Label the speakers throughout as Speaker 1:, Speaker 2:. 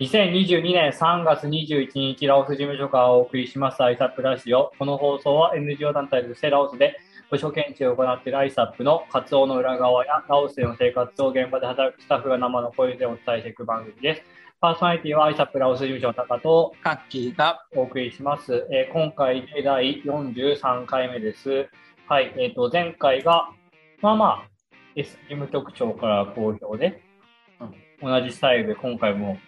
Speaker 1: 2022年3月21日、ラオス事務所からお送りします ISAP ラジオ。この放送は NGO 団体としてラオスで部署検知を行っている ISAP の活動の裏側やラオスでの生活を現場で働くスタッフが生の声でお伝えしていく番組です。パーソナリティは ISAP ラオス事務所の高と
Speaker 2: カッキーが、
Speaker 1: お送りします。えー今回で第43回目です。はい、えっ、と、前回が、まあまあ、S 事務局長から好評で、同じスタイルで今回も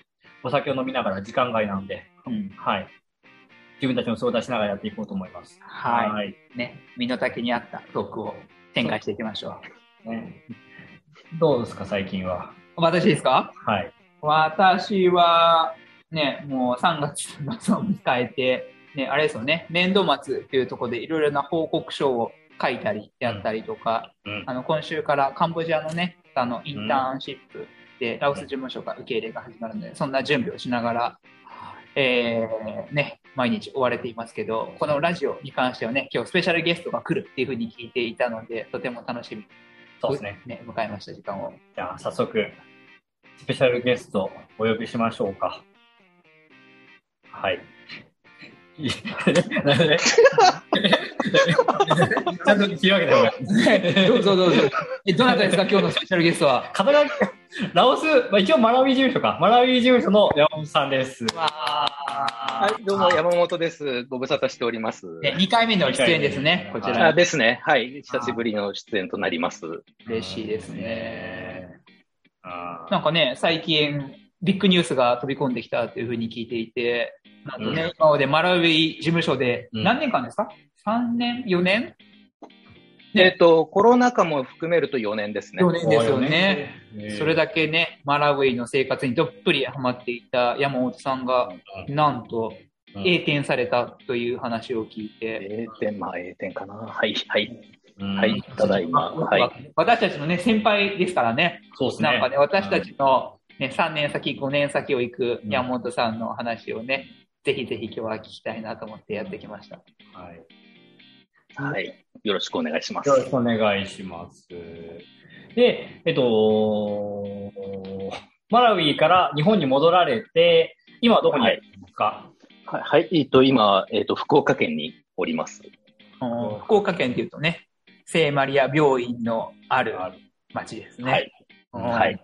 Speaker 1: お酒を飲みながら時間外なんで、はい。自分たちの相談しながらやっていこうと思います。
Speaker 2: はい
Speaker 1: い
Speaker 2: ね、身の丈に合ったトークを展開していきましょ
Speaker 1: ねどうですか、最近は。
Speaker 2: う。私ですか
Speaker 1: はい。
Speaker 2: 私は、ね、もう3月末を迎えて、ね、あれですよね、年度末っていうところでいろいろな報告書を書いたりやったりとか、
Speaker 1: うん
Speaker 2: あの今週からカンボジアのね、あのインターンシップでラオス事務所が受け入れが始まるので、そんな準備をしながら、えーね、毎日追われていますけど、このラジオに関してはね、今日スペシャルゲストが来るっていうふうに聞いていたので、とても楽しみに
Speaker 1: そうですね。
Speaker 2: ね、迎えました、時間を。
Speaker 1: じゃあ、早速、スペシャルゲストお呼びしましょうか。はい。い いなんで ちゃんと切り分けた方がいい。
Speaker 2: どうぞどうぞ。 え、どなたですか、今日のスペシャルゲストは。
Speaker 1: 肩書き、ラオス、まあ、一応マラウイ事務所か。マラウイ事務所の山本さんです。
Speaker 2: は
Speaker 3: はい、どうも山本です。ご無沙汰しております。
Speaker 2: ね、2回目の出演ですね、こち
Speaker 3: あ
Speaker 2: ら。
Speaker 3: ですね。はい。久しぶりの出演となります。
Speaker 2: 嬉しいですね。
Speaker 1: あー
Speaker 2: なんかね、最近、ビッグニュースが飛び込んできたというふうに聞いていて、なんとね、
Speaker 1: うん
Speaker 2: 今までマラウイ事務所で、
Speaker 1: うん
Speaker 2: 何年間ですか、?3 年 ?4 年ね
Speaker 3: えっと、コロナ禍も含めると4年ですね。
Speaker 2: ?4 年ですよね。。それ
Speaker 1: だ
Speaker 2: だけね、マラウイの生活にどっぷりハマっていた山本さんが、なんと、
Speaker 1: うん
Speaker 2: 栄転されたという話を聞いて、
Speaker 3: え点、まあ、え点かな。はい、はい、
Speaker 1: は
Speaker 3: はい、ただいま。はい。
Speaker 2: 私たちのね、先輩ですからね、
Speaker 1: そうですね。
Speaker 2: なんかね、私たちの、ね、3年先、5年先を行く山本さんの話をね、ぜひぜひ今日は聞きたいなと思ってやってきました。
Speaker 1: はい。
Speaker 3: はい。よろしくお願いします
Speaker 1: よ。ろしくお願いします。で、えっと、マラウイから日本に戻られて、今どこにいるんですか、
Speaker 3: はい、はいえっと、今、えっと、福岡県におります。
Speaker 2: うん福岡県っていうとね、聖マリア病院のある町ですね。
Speaker 3: はい。
Speaker 2: うん
Speaker 3: はい。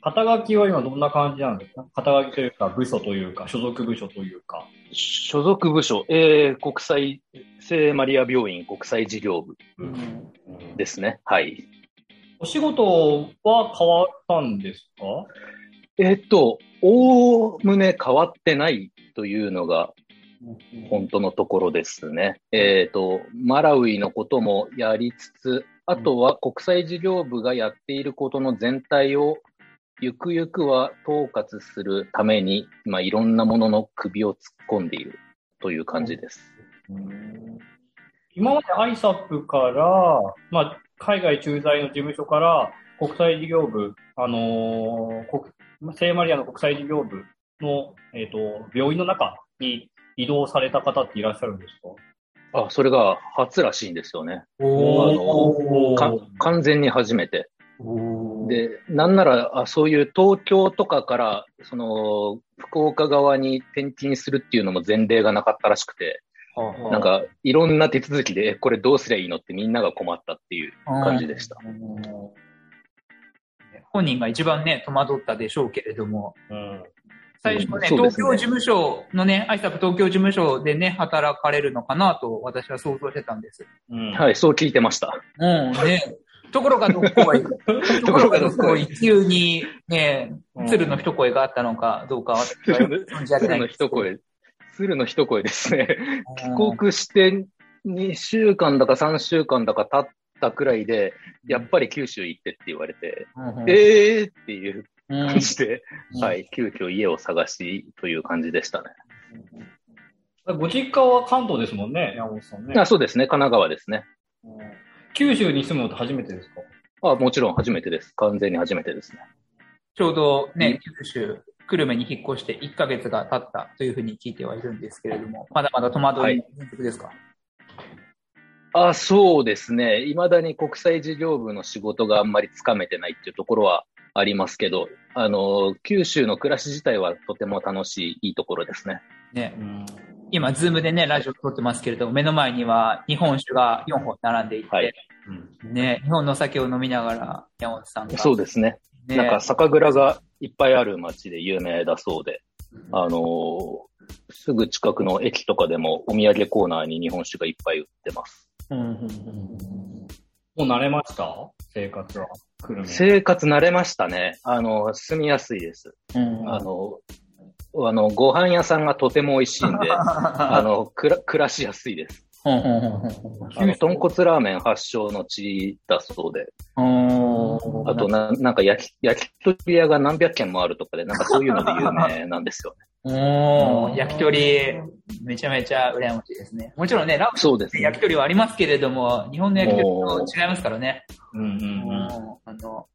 Speaker 1: 肩書きは今どんな感じなんですか肩書きというか、部署というか、所属部署というか。
Speaker 3: 所属部署、えー、国際、聖マリア病院国際事業部
Speaker 2: うん
Speaker 3: ですね。はい。
Speaker 1: お仕事は変わったんですか
Speaker 3: えっと、おおむね変わってないというのが本当のところですね。えっと、マラウイのこともやりつつ、あとは国際事業部がやっていることの全体をゆくゆくは統括するために、まあ、いろんなものの首を突っ込んでいるという感じです。
Speaker 1: 今まで ISAP から、まあ、海外駐在の事務所から国際事業部、あのー国聖マリアの国際事業部の、えっと病院の中に移動された方っていらっしゃるんですか
Speaker 3: あ、それが初らしいんですよね。
Speaker 1: お
Speaker 3: か
Speaker 1: ー
Speaker 3: 完全に初めて。で、なんなら、あそういう東京とかから、その、福岡側に転勤するっていうのも前例がなかったらしくて、なんか、いろんな手続きで、えこれどうすりゃいいのってみんなが困ったっていう感じでした。
Speaker 2: 本人が一番ね、戸惑ったでしょうけれども、
Speaker 1: うん
Speaker 2: 最初はね、
Speaker 3: そうで
Speaker 2: 東
Speaker 3: すね
Speaker 2: 京事務所のね、アイサップ東京事務所でね、働かれるのかなと私は想像してたんです。
Speaker 1: うん
Speaker 3: はい、そう聞いてました。
Speaker 2: うん、ね。ところがどっ こい。ところがどっこい。急にね、鶴の一声があったのかどうかは私は存じ上げな
Speaker 3: 鶴
Speaker 2: いん
Speaker 3: の
Speaker 2: ですけど。
Speaker 3: 一声、鶴の一声ですね。
Speaker 2: うん。
Speaker 3: 帰国して2週間だか3週間だか経ったくらいで、やっぱり九州行ってって言われて、
Speaker 2: うん
Speaker 3: えーっていう
Speaker 2: うん
Speaker 3: 感じで、
Speaker 2: うん
Speaker 3: はい、急遽家を探しという感じでしたね。
Speaker 1: ご実家は関東ですもんね、山本さんね。
Speaker 3: あそうですね、神奈川ですね。
Speaker 1: うん九州に住むのって初めてですか
Speaker 3: あもちろん初めてです。完全に初めてですね。
Speaker 2: ちょうどね、九州、久留米に引っ越して1ヶ月が経ったというふうに聞いてはいるんですけれども、まだまだ戸惑いの連続ですか、
Speaker 3: あそうですね。未だに国際事業部の仕事があんまりつかめてないっていうところはありますけど、あの、九州の暮らし自体はとても楽しい、いいところですね。
Speaker 2: ね。今、ズームでね、ラジオ撮ってますけれども、目の前には日本酒が4本並んでいて、
Speaker 3: はい
Speaker 1: うん
Speaker 2: ね、日本のお酒を飲みながら、山本さんが。
Speaker 3: そうですね。
Speaker 2: ね
Speaker 3: なんか酒蔵がいっぱいある町で有名だそうで、あのーすぐ近くの駅とかでもお土産コーナーに日本酒がいっぱい売ってます。
Speaker 1: もう慣れました生活は。久留米
Speaker 3: 生活慣れましたね。あの、住みやすいです。
Speaker 2: うん
Speaker 3: あの、あの、ご飯屋さんがとても美味し いんで、あの、くら、暮らしやすいです。
Speaker 2: うんうんうん
Speaker 3: あの、豚骨ラーメン発祥の地だそうで、
Speaker 2: うんうん
Speaker 3: あとな、なんか焼き、焼き鳥屋が何百軒もあるとかで、なんかそういうので有名なんですよね。
Speaker 2: おー焼き鳥、めちゃめちゃ羨ましいですね。もちろんね、ラオス
Speaker 3: そうです
Speaker 2: で
Speaker 3: ね
Speaker 2: 焼。き鳥はありますけれども、日本の焼き鳥と違いますからね。
Speaker 1: うんうんうん。
Speaker 2: もうあの、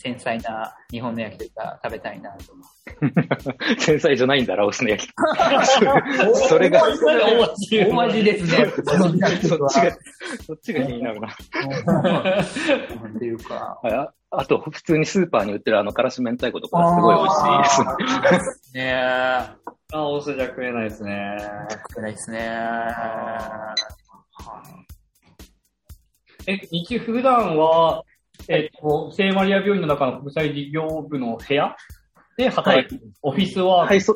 Speaker 2: 繊細な日本の焼き鳥が食べたいなと思う。
Speaker 3: 繊細じゃないんだ、ラオスの焼き鳥。 それが、
Speaker 2: 大味ですね。
Speaker 3: そっちが、そっちが気になるな。
Speaker 2: なんていうか。
Speaker 3: はいああと、普通にスーパーに売ってるあの、からし明太子とかすごい美味しい
Speaker 2: いで
Speaker 3: ですね。
Speaker 2: すね。ねえ。
Speaker 1: あ、オスじゃ食えないですね。
Speaker 2: 少ないですね。
Speaker 1: え、一普段は、えっと、聖マリア病院の中の国際事業部の部屋で働いてる、オフィスワーク。
Speaker 3: はい、そ、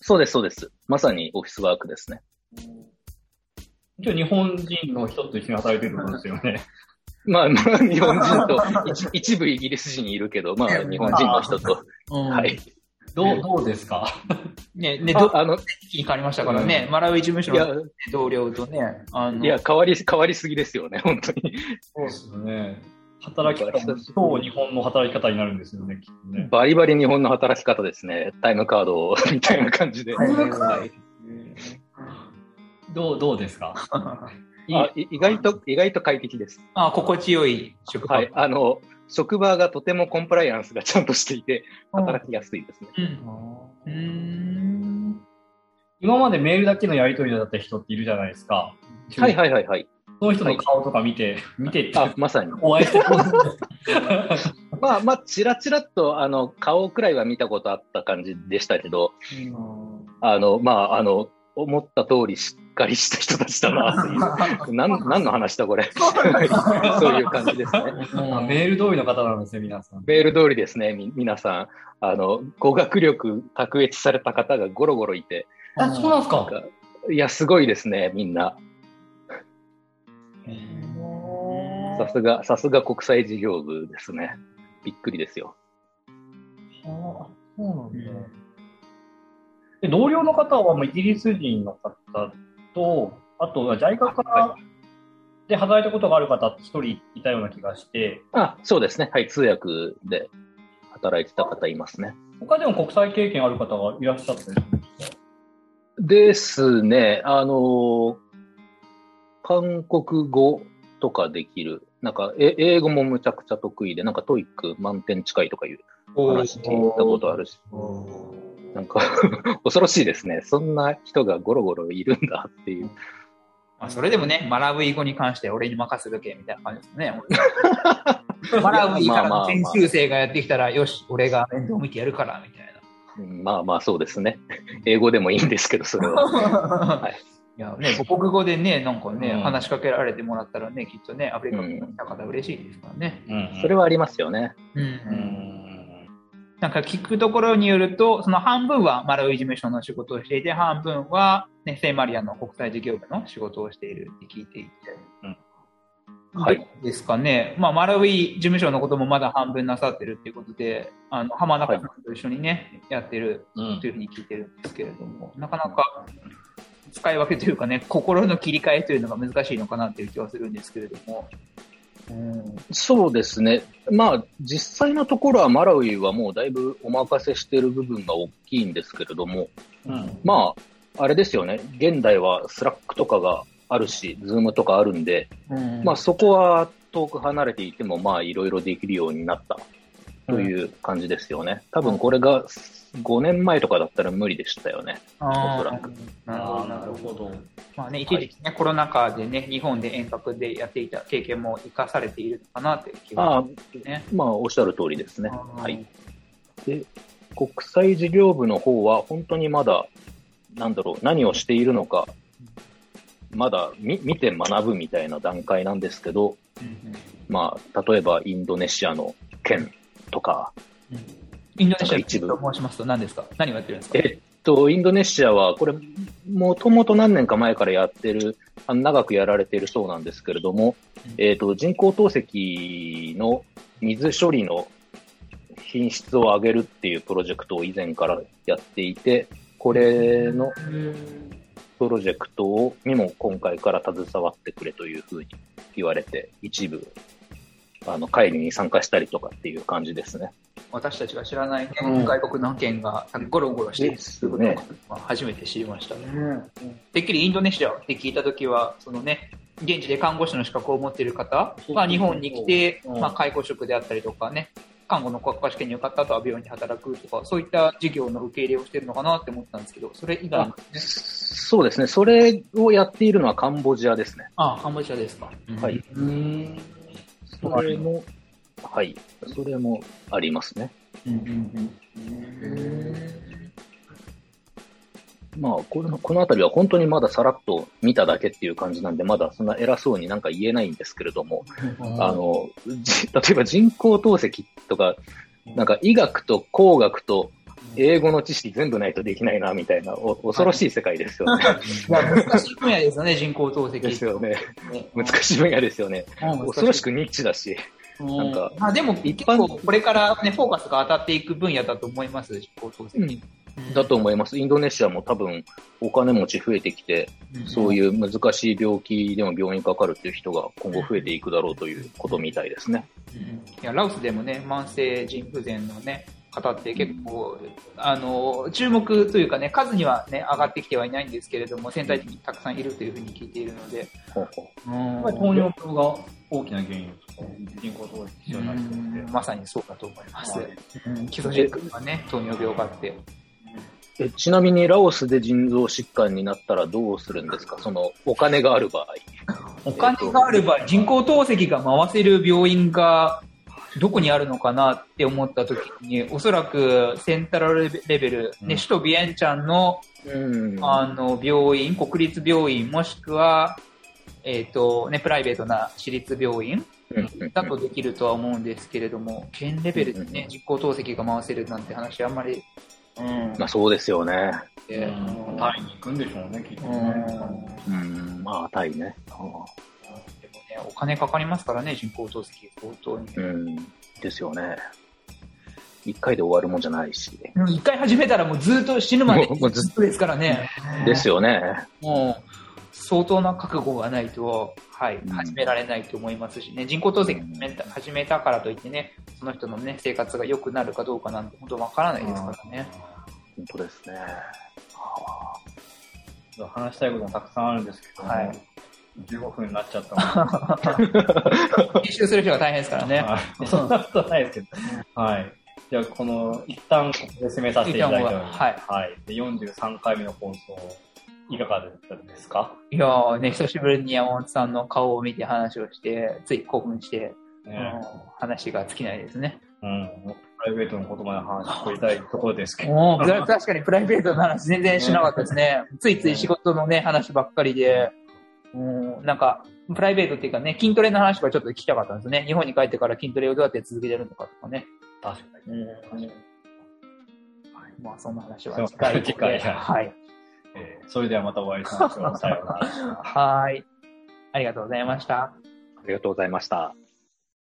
Speaker 3: そうです、そうです。まさにオフィスワークですね。
Speaker 1: 一応日本人の人と一緒に働いてるんですよね。
Speaker 3: まあ、ま あ、日本人と一、一部イギリス人いるけど、まあ、日本人の人と。
Speaker 2: うん
Speaker 3: はい。
Speaker 1: どう、どうですか
Speaker 2: ね、ね、ど
Speaker 3: あ、あの、
Speaker 2: に変わりましたからね、マラウイ事務所
Speaker 3: いや
Speaker 2: の、同僚とね、あの、
Speaker 3: いや、変わり、変わりすぎですよね、本当に。
Speaker 1: そうですね。働き方も、超日本の働き方になるんですよね、きっとね。
Speaker 3: バリバリ日本の働き方ですね。タイムカード みたいな感じで。
Speaker 2: はいはい
Speaker 1: は
Speaker 2: はい
Speaker 1: いどう、どうですかいい
Speaker 3: あい意外と、意外と快適です。
Speaker 2: あ、心地よい職場。
Speaker 3: はい。あの、職場がとてもコンプライアンスがちゃんとしていて、働きやすいですね。
Speaker 2: うん。うーん。
Speaker 1: 今までメールだけのやり取りだった人っているじゃないですか。
Speaker 3: はいはいはいはい。
Speaker 1: その人の顔とか見て、見てって、
Speaker 3: あ、まさに。
Speaker 1: お会いしてこう
Speaker 3: まあまあ、ちらちらっと、あの、顔くらいは見たことあった感じでしたけど、あの、まあ、あの、思った通りしっかりした人たちだな、 っていう。なん、何の話だ、これ。 そういう感じですね。
Speaker 1: あメール通りの方なんですね、皆さん。
Speaker 3: メール通りですね、み、皆さん。あの、語学力卓越された方がゴロゴロいて。
Speaker 1: あ、そうなんですか。
Speaker 3: いや、すごいですね、みんな。さすが、さすが国際事業部ですね。びっくりですよ。
Speaker 1: そうなんだ。で同僚の方はもうイギリス人の方と、あとは JICA からで働いたことがある方一人いたような気がして、
Speaker 3: あ、そうですね。はい、通訳で働いてた方いますね。
Speaker 1: 他でも国際経験ある方がいらっしゃったり
Speaker 3: ですね。あの、韓国語とかできる。なんか、え英語もむちゃくちゃ得意で、なんかトイック満点近いとかいう話聞いたことあるし、なんか 恐ろしいですね。そんな人がゴロゴロいるんだっていう。
Speaker 2: まあ、それでもね、マラウイ語に関して俺に任せとけみたいな感じです ね。マラウイからの研修生がやってきたら、よし、俺が面倒見てやるから、みたいな。
Speaker 3: まあまあそうですね。英語でもいいんですけど、それ は。い
Speaker 2: いやね、母国語でね、なんかね、
Speaker 1: うん
Speaker 2: 話しかけられてもらったらね、きっとね、アフリカの方嬉しいですからね。
Speaker 1: うん
Speaker 3: それはありますよね。
Speaker 2: うん
Speaker 1: うん。
Speaker 2: なんか聞くところによると、その半分はマラウイ事務所の仕事をしていて、半分は、ね、聖マリアの国際事業部の仕事をしているって聞いていて。
Speaker 3: うんはい
Speaker 2: どうですかね。まあ、マラウイ事務所のこともまだ半分なさってるっていうことで、あの、浜中さんと一緒にね、やってる
Speaker 1: うん
Speaker 2: というふうに聞いてるんですけれども、なかなか使い分けというかね、心の切り替えというのが難しいのかなっていう気はするんですけれども。うん。
Speaker 3: そうですね。まあ実際のところはマラウイはもうだいぶお任せしてる部分が大きいんですけれども、
Speaker 1: うん
Speaker 3: まあ、あれですよね。現代はスラックとかがあるし、ズームとかあるんで、
Speaker 2: うん
Speaker 3: まあそこは遠く離れていても、まあいろいろできるようになったという感じですよね。多分これが5年前とかだったら無理でしたよね。
Speaker 2: あ
Speaker 3: おそら
Speaker 2: ーなる
Speaker 1: あ
Speaker 2: ほど
Speaker 1: あ、
Speaker 2: なる
Speaker 1: な
Speaker 2: ほ
Speaker 1: る
Speaker 2: ど。
Speaker 1: ほど。
Speaker 2: まあね、一時期ね、コロナ禍でね、日本で遠隔でやっていた経験も生かされているのかなという気が
Speaker 3: ああ、
Speaker 2: しますね。
Speaker 3: まあ、おっしゃる通りですね。
Speaker 2: あー
Speaker 3: はい。で、国際事業部の方は、本当にまだ、なんだろう、何をしているのか、まだ見見て学ぶみたいな段階なんですけど、
Speaker 2: うん
Speaker 3: まあ、例えばインドネシアの県とか、
Speaker 2: うんインドネシア
Speaker 3: なんか一部
Speaker 2: と申しますと何ですか何をやってるんですか
Speaker 3: えっと、インドネシアは、これ、もともと何年か前からやってる、あの長くやられているそうなんですけれども
Speaker 2: うん、
Speaker 3: えっと、人工透析の水処理の品質を上げるっていうプロジェクトを以前からやっていて、これのプロジェクトにも今回から携わってくれというふうに言われて、一部、あの、会議に参加したりとかっていう感じですね。
Speaker 2: 私たちが知らないね、
Speaker 1: うん
Speaker 2: 外国の件がゴロゴロしている
Speaker 3: ですよね
Speaker 2: まあ初めて知りましたね。てっきりインドネシアって聞いたときは、そのね、現地で看護師の資格を持っている方
Speaker 1: そう
Speaker 2: が日本に来て、
Speaker 1: うん
Speaker 2: まあ、介護職であったりとかね、看護の国家試験に受かった後は病院で働くとか、そういった事業の受け入れをしてるのかなって思ったんですけど、それ以外なんですね。
Speaker 3: そうですね。それをやっているのはカンボジアですね。
Speaker 2: ああ、カンボジアですか。
Speaker 3: は
Speaker 2: うん
Speaker 3: い。
Speaker 1: うん。
Speaker 3: それも、はい。それもありますね。まあ、この、このあたりは本当にまださらっと見ただけっていう感じなんで、まだそんな偉そうになんか言えないんですけれども、あの、じ 例えば人工透析とか、なんか医学と工学と英語の知識全部ないとできないな、みたいな、お恐ろしい世界ですよね。
Speaker 2: まあ難しい分野ですよね、 人工透析。
Speaker 3: ですよね。
Speaker 2: ね
Speaker 3: 難しい分野ですよね。恐ろしくニッチだし、なんか、
Speaker 2: まあでも
Speaker 3: 一
Speaker 2: 結
Speaker 3: 般
Speaker 2: 構これからね、フォーカスが当たっていく分野だと思います、人工透析。
Speaker 3: だと思います。インドネシアも多分お金持ち増えてきて、そう
Speaker 2: い
Speaker 3: いう難しい病気でも病院かかるっていう人が今後増えていくだろうということみたいですね。
Speaker 2: うん。いや、ラオスでもね、慢性腎不全のね、方って結構、あの、注目というかね、数にはね、上がってきてはいないんですけれども、全体的にたくさんいるというふうに聞いているので、
Speaker 3: ほうほう
Speaker 2: うん
Speaker 1: やっぱり糖尿病が大きな原因ですか人工糖が必要な人って。
Speaker 2: まさにそうだと思います。
Speaker 1: はい
Speaker 2: うん基礎疾患はね、糖尿病があって。
Speaker 3: えちなみにラオスで腎臓疾患になったらどうするんですかそのお金がある場合。
Speaker 2: お金があれば人工透析が回せる病院がどこにあるのかなって思った時に、おそらくセントラルレベル、
Speaker 1: うん
Speaker 2: ね、首都ビエンチャンの
Speaker 3: うん
Speaker 2: あの病院、国立病院、もしくは、えっ、と、ね、プライベートな私立病院だとできるとは思うんですけれども、県レベルで
Speaker 3: う
Speaker 2: ね
Speaker 3: ん、
Speaker 2: 人工透析が回せるなんて話あんまり、うん、
Speaker 3: まあそうですよね。
Speaker 2: でうん
Speaker 1: タイに行くんでしょうね、きっと
Speaker 2: う
Speaker 1: ね。
Speaker 2: ん
Speaker 3: うん、まあタイね。
Speaker 2: でもね、お金かかりますからね、人工透析、相当に。
Speaker 3: うん、ですよね。一回で終わるもんじゃないし。
Speaker 2: うん一回始めたらもうずっと死ぬまで
Speaker 3: もうもうずっと
Speaker 2: ずっとですからね。
Speaker 3: ですよね。
Speaker 2: もう相当な覚悟がないと、はい、
Speaker 3: ん
Speaker 2: 始められないと思いますしね、人工透析始めた始めたからといってね、その人のね、生活が良くなるかどうかなんて本当わからないですからね。
Speaker 3: 本当ですね。
Speaker 1: 話したいこともたくさんあるんですけど、
Speaker 2: はい
Speaker 1: 15分になっちゃったの
Speaker 2: 編集する人が大変ですから
Speaker 1: で、
Speaker 2: ね。
Speaker 1: はい そんなことないですけど。はい。じゃあ、この、一旦ここで締めさせていただいております。
Speaker 2: 一旦
Speaker 1: はい。で、43回目の放送、いかがだったですか
Speaker 2: いやーね、久しぶりに山本さんの顔を見て話をして、つい興奮して、
Speaker 1: ね
Speaker 2: うん話が尽きないですね。
Speaker 1: うん。もうプライベートのことまで話してたいところですけど。
Speaker 2: もう、プラ確かにプライベートの話全然しなかったですね。ついつい仕事のね、話ばっかりで、うん、なんか、プライベートっていうかね、筋トレの話がちょっと聞きたかったんですね。日本に帰ってから筋トレをどうやって続けてるのかとかね。
Speaker 1: 確かに。
Speaker 2: はい、まあ、そんな話
Speaker 1: そ
Speaker 2: は
Speaker 1: う
Speaker 2: 次回以降で。
Speaker 1: 次回
Speaker 2: はい。
Speaker 1: えーそれではまたお会いしましょう。さようなら。
Speaker 2: はい。ありがとうございました。
Speaker 3: ありがとうございました。